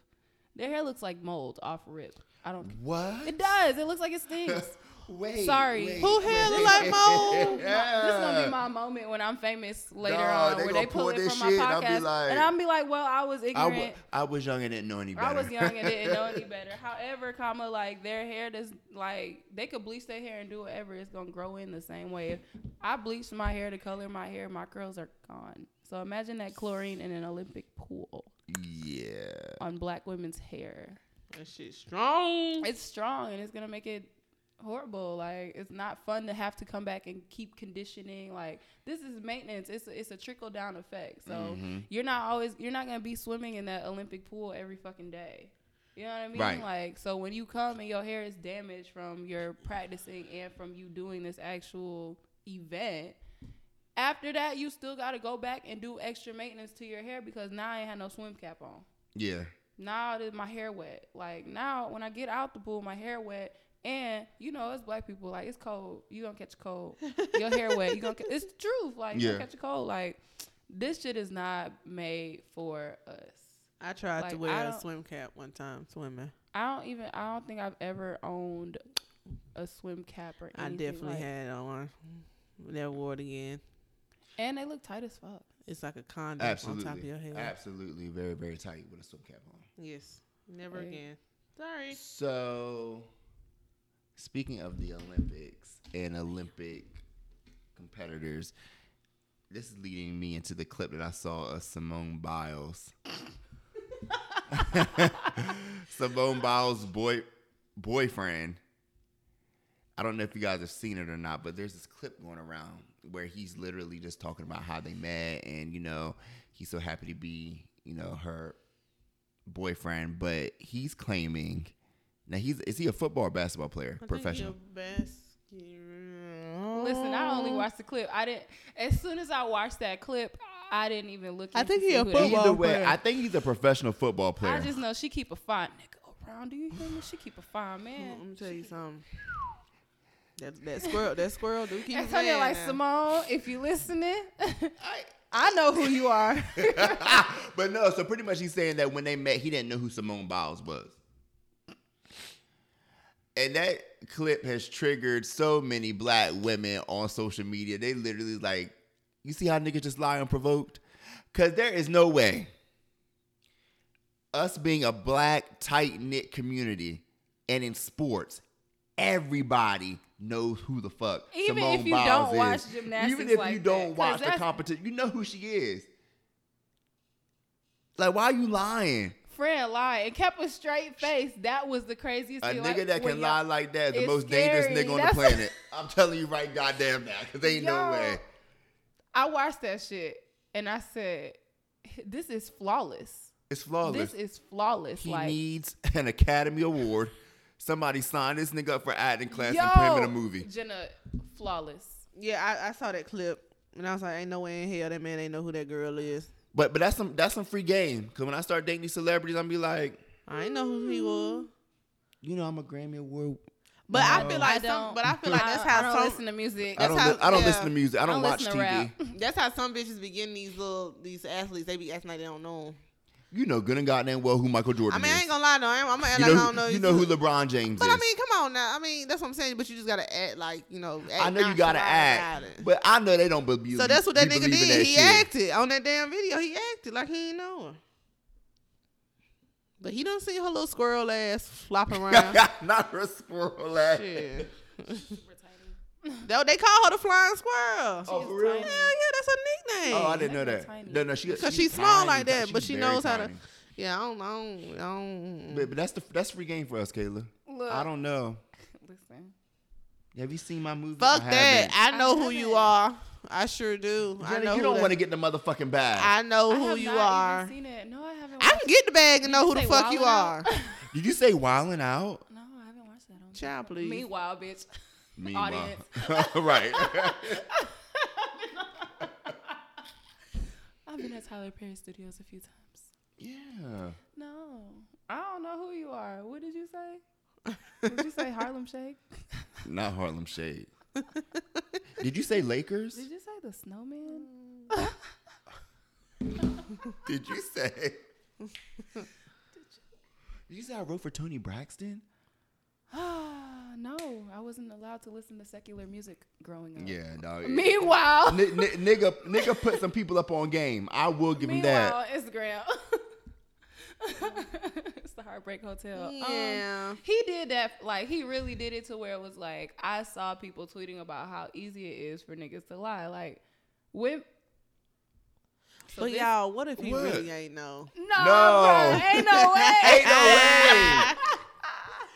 B: Their hair looks like mold off rip. I
A: Mm.
B: don't.
A: what?
B: It does. It looks like it stinks.
A: wait,
B: Sorry.
A: wait,
C: Who
A: wait.
C: hair look like mold?
A: Yeah.
B: This is gonna be my moment when I'm famous later
A: Nah,
B: on,
A: they
B: where
A: gonna
B: they pull
A: pull
B: it
A: this
B: from my
A: shit,
B: podcast,
A: I'll be like-
B: and I'll be like, "Well, I was
A: I,
B: ignorant.
A: w- I was young and didn't know any better.
B: I was young and didn't know any better." However, comma like their hair does like they could bleach their hair and do whatever. It's gonna grow in the same way. If I bleached my hair to color my hair, my curls are gone. So imagine that chlorine in an Olympic pool
A: yeah.
B: on black women's hair.
C: That shit strong.
B: It's strong and it's gonna make it horrible. Like it's not fun to have to come back and keep conditioning. Like this is maintenance. It's a, it's a trickle down effect. So
A: Mhm.
B: you're not always you're not gonna be swimming in that Olympic pool every fucking day. You know what I mean?
A: Right.
B: Like so when you come and your hair is damaged from your practicing and from you doing this actual event. After that, you still got to go back and do extra maintenance to your hair because now I ain't had no swim cap on
A: Yeah.
B: now that my hair wet. Like now when I get out the pool, my hair wet. And you know, it's black people. Like it's cold. You gonna catch a cold. Your hair wet. You gonna. Ca- it's the truth. Like you
A: Yeah.
B: gonna catch a cold. Like this shit is not made for us.
C: I tried
B: Like,
C: to
B: I
C: wear a
B: don't-
C: swim cap one time swimming.
B: I don't even. I don't think I've ever owned a swim cap or
C: I
B: anything.
C: definitely
B: like-
C: had on one. Never wore it again.
B: And they look tight as fuck.
C: It's like a condom
A: Absolutely.
C: on top of your head.
A: Absolutely. Very, very tight with a swim cap on.
C: Yes. Never
B: Hey.
C: again. Sorry.
A: So, speaking of the Olympics and Olympic competitors, this is leading me into the clip that I saw of Simone Biles. Simone Biles' boy boyfriend. I don't know if you guys have seen it or not, but there's this clip going around where he's literally just talking about how they met and you know he's so happy to be you know her boyfriend, but he's claiming now he's is he a football or basketball player? Professional.
B: Listen, I
C: Oh,
B: only watched the clip. I didn't. As soon as I watched that clip, I didn't even look.
C: I
B: in to
C: think
B: see
C: he a
B: who that
C: football
A: Either way,
C: player.
A: I think he's a professional football player.
B: I just know she keep a fine nigga around. Do you hear me? She keep a fine man.
C: Let me tell you something. That, that squirrel, that squirrel do keep
B: Antonio,
C: playing
B: like
C: now.
B: Simone, if you listening,
A: I-
B: I know who you are.
A: but no, so pretty much he's saying that when they met, he didn't know who Simone Biles was. And that clip has triggered so many black women on social media. They literally like, you see how niggas just lie unprovoked? Cause there is no way. Us being a black, tight knit community and in sports, everybody knows who the fuck
B: Even
A: Simone
B: if you
A: Biles
B: don't
A: is.
B: watch gymnastics
A: Even if
B: like
A: you
B: that,
A: don't
B: 'cause
A: watch the
B: that's-
A: competition, you know who she is. Like, why are you lying?
B: Friend lied and kept a straight face. That was the craziest
A: A
B: thing.
A: nigga
B: like,
A: that
B: when
A: can
B: y'all-
A: lie like that is the
B: it's
A: most
B: scary.
A: dangerous nigga on the
B: That's-
A: planet. I'm telling you right goddamn now, because ain't no
B: Yo.
A: way.
B: I watched that shit and I said, "This is flawless.
A: It's flawless.
B: This is flawless."
A: he
B: like,
A: needs an Academy Award. Somebody sign this nigga up for acting class and put him in a
B: yo,
A: movie.
B: Jenna, flawless.
C: Yeah, I, I saw that clip and I was like, ain't no way in hell that man ain't know who that girl is.
A: But but that's some that's some free game. Cause when I start dating these celebrities, I'm be like,
C: I ain't know who he was.
A: you know, I'm a Grammy Award.
C: But I feel
B: I
C: like
B: don't.
C: some, but I feel like that's how
B: I don't
C: some
B: listen to music.
A: I
C: That's
A: don't
C: how-
A: li- I don't
C: yeah.
A: listen to music. I don't, watch
B: listen
A: TV.
B: to rap.
C: that's how some bitches be getting these little these athletes. They be acting like they don't know. 'em.
A: You know good and goddamn well who Michael Jordan
C: I mean, I
A: is.
C: ain't gonna lie though. I'm, I'm gonna act
A: you know,
C: like
A: who-
C: I don't know.
A: you know who
C: too.
A: LeBron James
C: But
A: is.
C: I mean, come on now. I mean, that's what I'm saying. But you just gotta act like you know. Act
A: I know you gotta
C: nonchalant
A: act,
C: about it.
A: but I know they don't believe.
C: so that's what that
A: you
C: nigga
A: believe in
C: did.
A: that
C: He
A: shit.
C: acted on that damn video. He acted like he ain't know her. But he don't see her little squirrel ass flopping around.
A: Not her squirrel ass.
C: Uh-huh. Shit. Though they call her the flying squirrel.
A: Oh,
B: She's
A: for real?
B: tiny.
C: Hell yeah, that's her nickname.
A: Oh, I didn't know
B: That girl
A: that.
B: tiny.
A: No, no, she
C: Cause she's, small
A: tiny,
C: like
A: tiny.
C: that, but
A: She's
C: she
A: very
C: knows how to.
A: tiny.
C: Yeah, I don't, I don't, I don't.
A: But, but that's the that's free game for us, Kayla.
B: Look.
A: I don't know.
B: Listen.
A: Have you seen my movie?
C: Fuck
A: I
C: that!
A: haven't.
C: I know
B: I
C: who you
B: haven't.
C: are. I sure do. I
A: Jenny,
C: know.
A: you
C: who
A: don't
C: that-
A: want to get the motherfucking bag.
C: I know
B: I
C: who
B: have
C: you
B: not
C: are.
B: Even seen it. No, I haven't.
C: I
B: Watched
C: can get the bag
B: Did
C: and know
B: you
C: who the
B: say
C: fuck you
B: Wildin'
C: are.
B: Out?
A: Did you say wilding out?
B: no, I haven't watched that. I don't think.
C: Child, please.
B: Meanwhile, bitch.
A: Meanwhile.
B: Audience.
A: right.
B: I've been at Tyler Perry Studios a few times.
A: yeah.
B: No, I don't know who you are. What did you say? Did you say Harlem Shake?
A: Not Harlem Shade. Did you say Lakers?
B: Did you say the Snowman?
A: Did you say? Did you say I wrote for Tony Braxton?
B: Ah, no, I wasn't allowed to listen to secular music growing up.
A: Yeah, dog.
B: Meanwhile,
A: N- n- nigga, nigga put some people up on game. I will give him that.
B: meanwhile, Instagram. it's the Heartbreak Hotel. Um,
C: Yeah.
B: he did that. Like he really did it to where it was like I saw people tweeting about how easy it is for niggas to lie. Like, when. So
C: but
B: this-
C: y'all, what if you
A: What?
C: really ain't know?
B: No,
A: No.
B: bruh, ain't no way.
A: Ain't no way.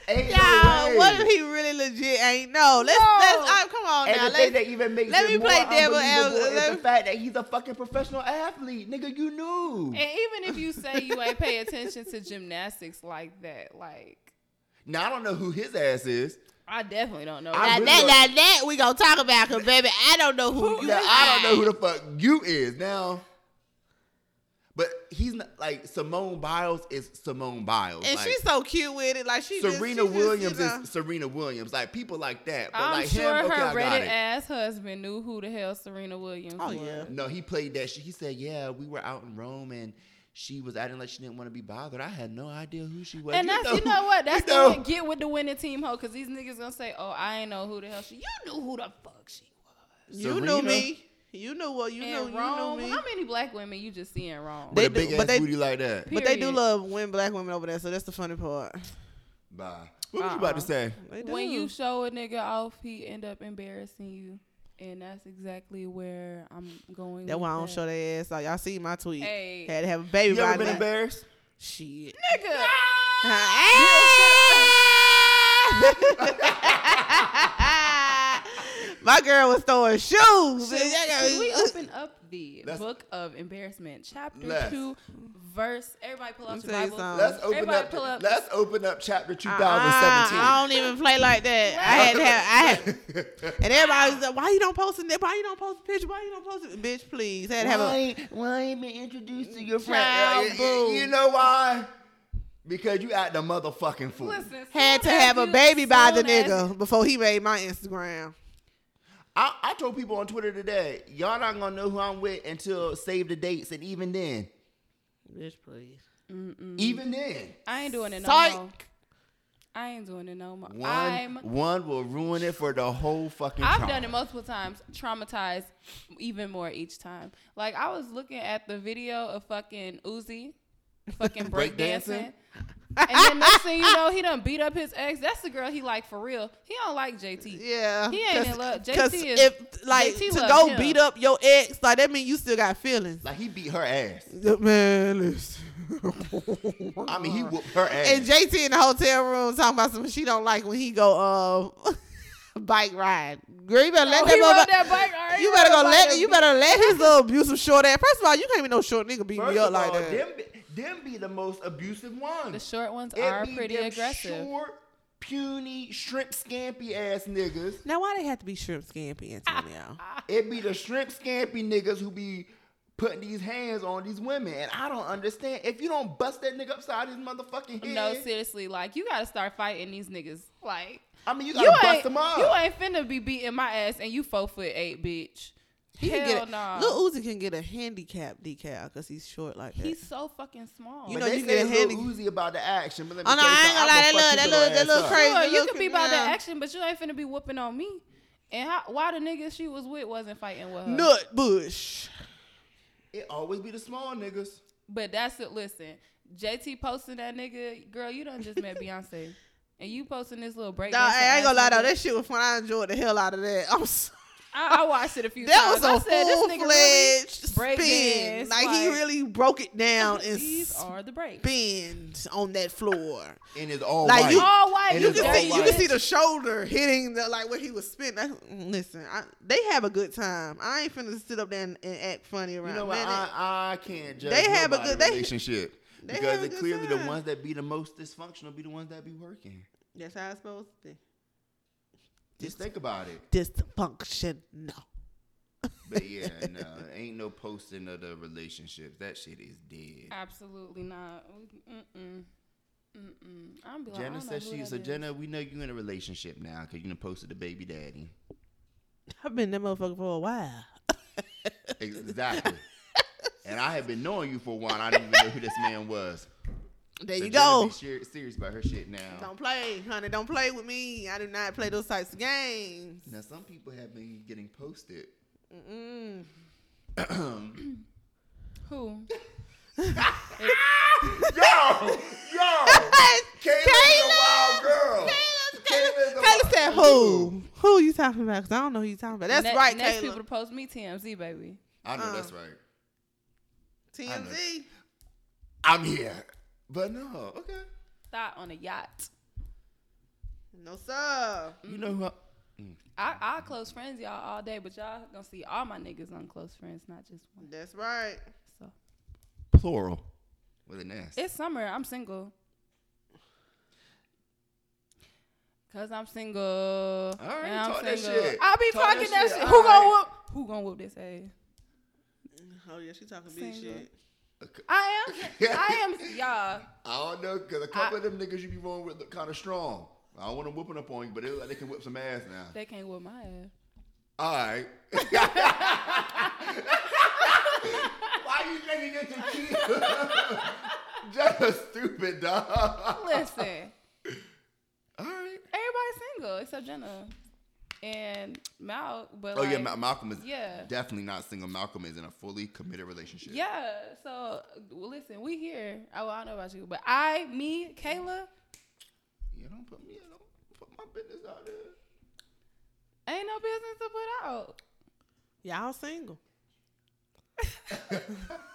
A: Ain't no
C: Y'all,
A: way.
C: what if he really legit ain't know? Let's
B: No.
C: let's. I come on
A: and
C: now.
A: the thing
C: Let's,
A: that even makes
C: let
A: it
C: me
A: more
C: play devil
A: unbelievable
C: advocate.
A: is
C: Let
A: the
C: me-
A: fact that he's a fucking professional athlete, nigga. You knew.
B: And even if you say you ain't pay attention to gymnastics like that, like
A: now I don't know who his ass is.
B: I definitely don't know.
A: I really
C: now that,
A: don't-
C: now that we gonna talk about, cause baby, I don't know who, you
A: now,
C: are.
A: I don't know who the fuck you is now. But he's not like Simone Biles is Simone Biles.
C: And
A: like,
C: she's so cute with it. Like she just-
A: Serena
C: she just, you
A: Williams
C: know.
A: is Serena Williams. Like people like that. But
B: I'm
A: like
B: sure
A: him, okay,
B: her
A: I got
B: Reddit
A: it.
B: ass husband knew who the hell Serena Williams
C: Oh,
B: was.
C: yeah.
A: No, he played that shit. He said, Yeah, we were out in Rome and she was acting like she didn't want to be bothered. I had no idea who she was.
B: And that's you know what? That's
A: you know,
B: the get with the winning team hoe because these niggas gonna say, Oh, I ain't know who the hell she you knew who the fuck she was.
C: You
A: Serena
C: knew me. You knew what you
B: And
C: knew.
B: Rome,
C: You knew me.
B: how many black women you just seeing wrong?
A: With
C: They
A: a big
C: do-
A: ass
C: but they-
A: booty like that.
B: Pe-
C: But they do
B: Period.
C: love when black women over there, so that's the funny part.
A: Bye. What was you about to say?
C: They do.
B: When you show a nigga off, he end up embarrassing you. And that's exactly where I'm going.
C: that's
B: with
C: why I don't
B: that.
C: show their ass out. Y'all see my tweet?
B: Hey.
C: Had to have a baby
A: You
C: by
A: ever been
C: now.
A: embarrassed?
C: Shit.
B: Nigga.
C: Ah! my girl was throwing shoes.
B: Should,
C: bitch. Y'all
B: should we
C: gotta-
B: open up the
A: Let's-
B: book of embarrassment, chapter
A: Let's.
B: two, verse? Everybody pull out
C: Let
B: your
C: me tell you
B: Bible.
C: something.
A: Let's open
B: Everybody
A: up,
B: pull up.
A: Let's open up chapter
C: Uh-uh,
A: 2017.
C: I don't even play like that. I had to have. I had, and everybody was like, "Why you don't post it? Why you don't post a picture? Why you don't post it, bitch? Please had to have a."
A: why ain't been introduced to your
C: Child,
A: You,
C: boo.
A: you know why? Because you act the motherfucking fool.
B: Listen,
C: Had to
B: soon
C: have a
B: as you-
C: baby by the
B: soon as-
C: nigga before he made my Instagram.
A: I, I told people on Twitter today, y'all not gonna know who I'm with until save the dates, and even then,
C: Bitch, please.
A: even then,
B: I ain't doing it no
C: Psych.
B: more. I ain't doing it no more.
A: one
B: I'm.
A: one will ruin it for the whole fucking.
B: I've
A: trial.
B: done it multiple times, traumatized even more each time. Like I was looking at the video of fucking Uzi, fucking breakdancing.
A: Breakdancing?
B: and then next thing you know, he done beat up his ex. That's the girl he like for real. He don't like JT.
C: Yeah,
B: He ain't in
C: 'cause-
B: love. JT
C: 'cause
B: is-
C: if like
B: JT
C: to
B: love
C: go
B: him.
C: beat up your ex, like that means you still got feelings.
A: Like he beat her ass.
C: Man, listen.
A: I mean, he whooped her ass.
C: and JT in the hotel room talking about something she don't like when he go uh bike ride. Girl, you better let
B: Oh,
C: that
B: he rode
C: motherfucker-
B: that bike. all right,
C: You
B: he
C: better
B: rode
C: go
B: a
C: let
B: bike.
C: you better let his little abusive short ass. First of all, you can't be no short nigga beat
A: First
C: me up
A: of
C: like
A: all,
C: that.
A: them, be- them be the most abusive ones.
B: The short ones
A: It
B: are
A: be
B: pretty
A: them
B: aggressive.
A: Short, puny, shrimp scampy ass niggas.
C: Now why they have to be shrimp scampi,
B: Ah,
C: Antonio?
A: It be the shrimp scampy niggas who be putting these hands on these women, and I don't understand. If you don't bust that nigga upside his motherfucking head,
B: No, seriously, like you gotta start fighting these niggas. Like
A: I mean you
B: you
A: gotta bust
B: ain't,
A: them up.
B: you ain't finna be beating my ass, and you four foot eight, bitch.
C: He
B: Hell
C: can get a,
B: nah.
C: Lil Uzi can get a handicap decal because he's short like that.
B: He's so fucking small.
C: You
A: but
C: know
A: they say
C: you get
A: it's Lil
C: handy-
A: Uzi about the action, but let me
C: Oh, no,
A: tell you
C: I ain't gonna
A: something,
C: lie,
A: I'ma
C: that
A: fuck
C: look- that
A: your
C: look-
A: ass
C: that look
A: up.
B: Sure,
C: crazy
B: you
C: looking
B: could be about that
C: now.
B: action, but you ain't finna be whooping on me. And how, why the niggas she was with wasn't fighting with her?
C: Nut bush.
A: It always be the small niggas.
B: But that's it. Listen, JT posting that nigga, girl, you done just met Beyonce, and you posting this little break.
C: Nah, I ain't gonna lie though, that shit was fun. I enjoyed the hell out of that. I'm sorry.
B: I, I watched it a few
C: That
B: times.
C: was a
B: I said,
C: full
B: this nigga really
C: fledged
B: break
C: spin.
B: dance,
C: Like, he
B: like-
C: really broke it down and
B: These are the breaks.
C: spins on that floor.
A: And it's all
C: Like,
A: white.
C: you-
B: All white.
A: And
C: You
A: it's
C: can
A: all
C: see you
A: white.
C: can see the shoulder hitting the like where he was spinning. That's- listen, I, they have a good time. I ain't finna sit up there and, and act funny around.
A: You know what?
C: Man,
A: I, I can't judge.
C: They have a
A: nobody
C: good- they-
A: relationship
C: they have
A: because
C: a
A: it
C: good
A: clearly
C: time.
A: the ones that be the most dysfunctional be the ones that be working.
C: that's how it's supposed to be.
A: Just think about it.
C: Dysfunction. No.
A: But yeah, no, ain't no posting of the relationships. That shit is dead.
B: Absolutely not. Mm-mm. Mm-mm. I'm be like,
A: Jenna
B: I don't know
A: said
B: who
A: she.
B: that
A: So
B: is.
A: Jenna, we know you in a relationship now because you done posted the baby daddy.
C: I've been that motherfucker for a while.
A: Exactly. and I had been knowing you for a while. And I didn't even know who this man was.
C: There
A: So
C: you
A: Jenna
C: go.
A: Be ser- serious about her shit now.
C: Don't play, honey. Don't play with me. I do not play those types of games.
A: Now some people have been getting posted.
C: Mm-mm.
B: Who?
A: Yo, yo. Kayla's a
C: Kayla!
A: wild girl. Kayla's a
C: Kayla said,
A: wild
C: "Who? Who you talking about? 'Cause I don't know who you talking about. That's
B: Ne-
C: right,
B: Next
C: Kayla.
B: people to post me TMZ baby.
A: I know
C: Uh.
A: that's right.
C: TMZ.
A: I'm here. But no, okay.
B: Thought on a yacht.
C: No sir.
A: You know who I,
B: I, I close friends y'all all day, but y'all gonna see all my niggas on close friends, not just one.
C: That's right.
B: So
A: plural with an S.
B: it's summer. I'm single. Cause I'm single. All
A: right,
B: I'm
A: talk that shit.
B: I be
A: Talk
B: talking
A: that
B: that
A: shit. All
B: shit. Who gonna
A: right.
B: whoop? Who gonna whoop this ass?
C: Oh yeah, she talking
B: big Single. shit.
A: Okay.
B: I am. I am. Y'all.
A: I don't know because a couple of them niggas you be rolling with look kind of strong. I don't want them whooping up on you, but they, look like they can whip some ass now.
B: They can't whoop my ass.
A: All right. Why you drinking your tequila? Just stupid, dog. All
B: Listen,
A: right.
B: everybody's single except Jenna and Mal. But
A: Oh yeah,
B: like-
A: Ma- Malcolm is
B: yeah.
A: definitely not single. Malcolm is in a fully committed relationship.
B: Yeah. So well, listen, we here. I, well, I don't know about you, but I, me, Kayla,
A: You don't put me. Don't put my business out there.
B: ain't no business to put out.
C: Y'all single.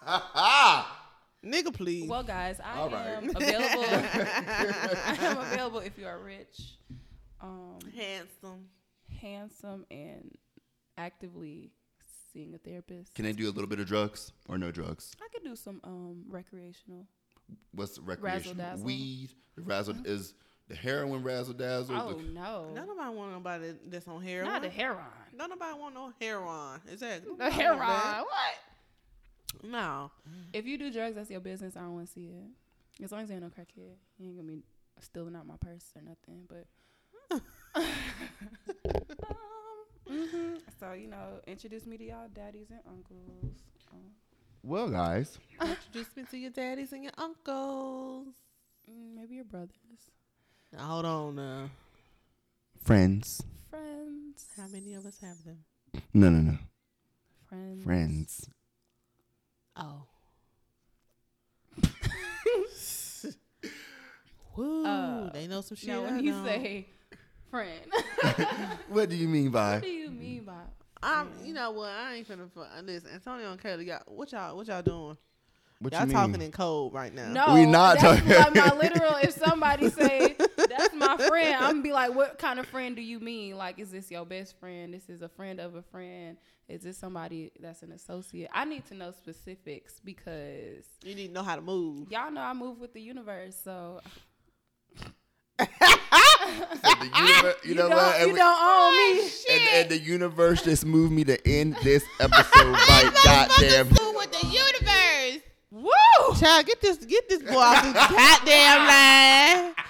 A: Ha ha.
C: Nigga, please.
B: Well, guys, I
A: All right.
B: am available. I am available if you are rich, um,
C: Handsome.
B: handsome, and actively seeing a therapist.
A: Can they do a little bit of drugs or no drugs?
B: I could do some um, recreational.
A: What's recreational
B: dazzle.
A: weed? The razzle is the heroin razzle dazzle.
B: Oh
A: the-
B: no,
C: Don't nobody want nobody that's on heroin.
B: not a heroin.
C: Don't nobody want no heroin. Exactly.
B: A
C: Nobody
B: heroin.
C: want that.
B: What?
C: No.
B: If you do drugs, that's your business. I don't want to see it. As long as ain't no crackhead, you ain't gonna be stealing out my purse or nothing. But um, mhm. so you know, introduce me to y'all daddies and uncles. Um,
A: Well, guys,
C: Introduce me to your daddies and your uncles.
B: mm, maybe your brothers,
C: Now, hold on now.
A: friends.
B: friends.
C: How many of us have them?
A: No, no, no.
B: Friends.
A: Friends.
C: Oh. Woo,
B: Uh,
C: they know some shit.
B: No,
C: I
B: when you
C: don't.
B: say friend,
A: What do you mean by?
B: what do you mean by?
C: I'm,
B: Yeah.
C: you know what? I ain't finna. fu- uh, Listen, Antonio and Kayla, y'all, what y'all, what y'all doing?
A: What
C: y'all
A: you mean?
C: talking in code right now.
B: No,
A: We not
B: that's
A: talking-
B: like my literal. If somebody say that's my friend, I'm gonna be like, what kind of friend do you mean? Like, is this your best friend? This is a friend of a friend. Is this somebody that's an associate? I need to know specifics because
C: you need to know how to move.
B: y'all know I move with the universe. So
A: The univer- you, know
B: don't,
A: what? And
B: you
A: we-
B: don't own me.
A: and, and the universe just moved me to end this episode right goddamn.
C: with the universe.
B: Woo!
C: Child, get this, get this boy off this goddamn line.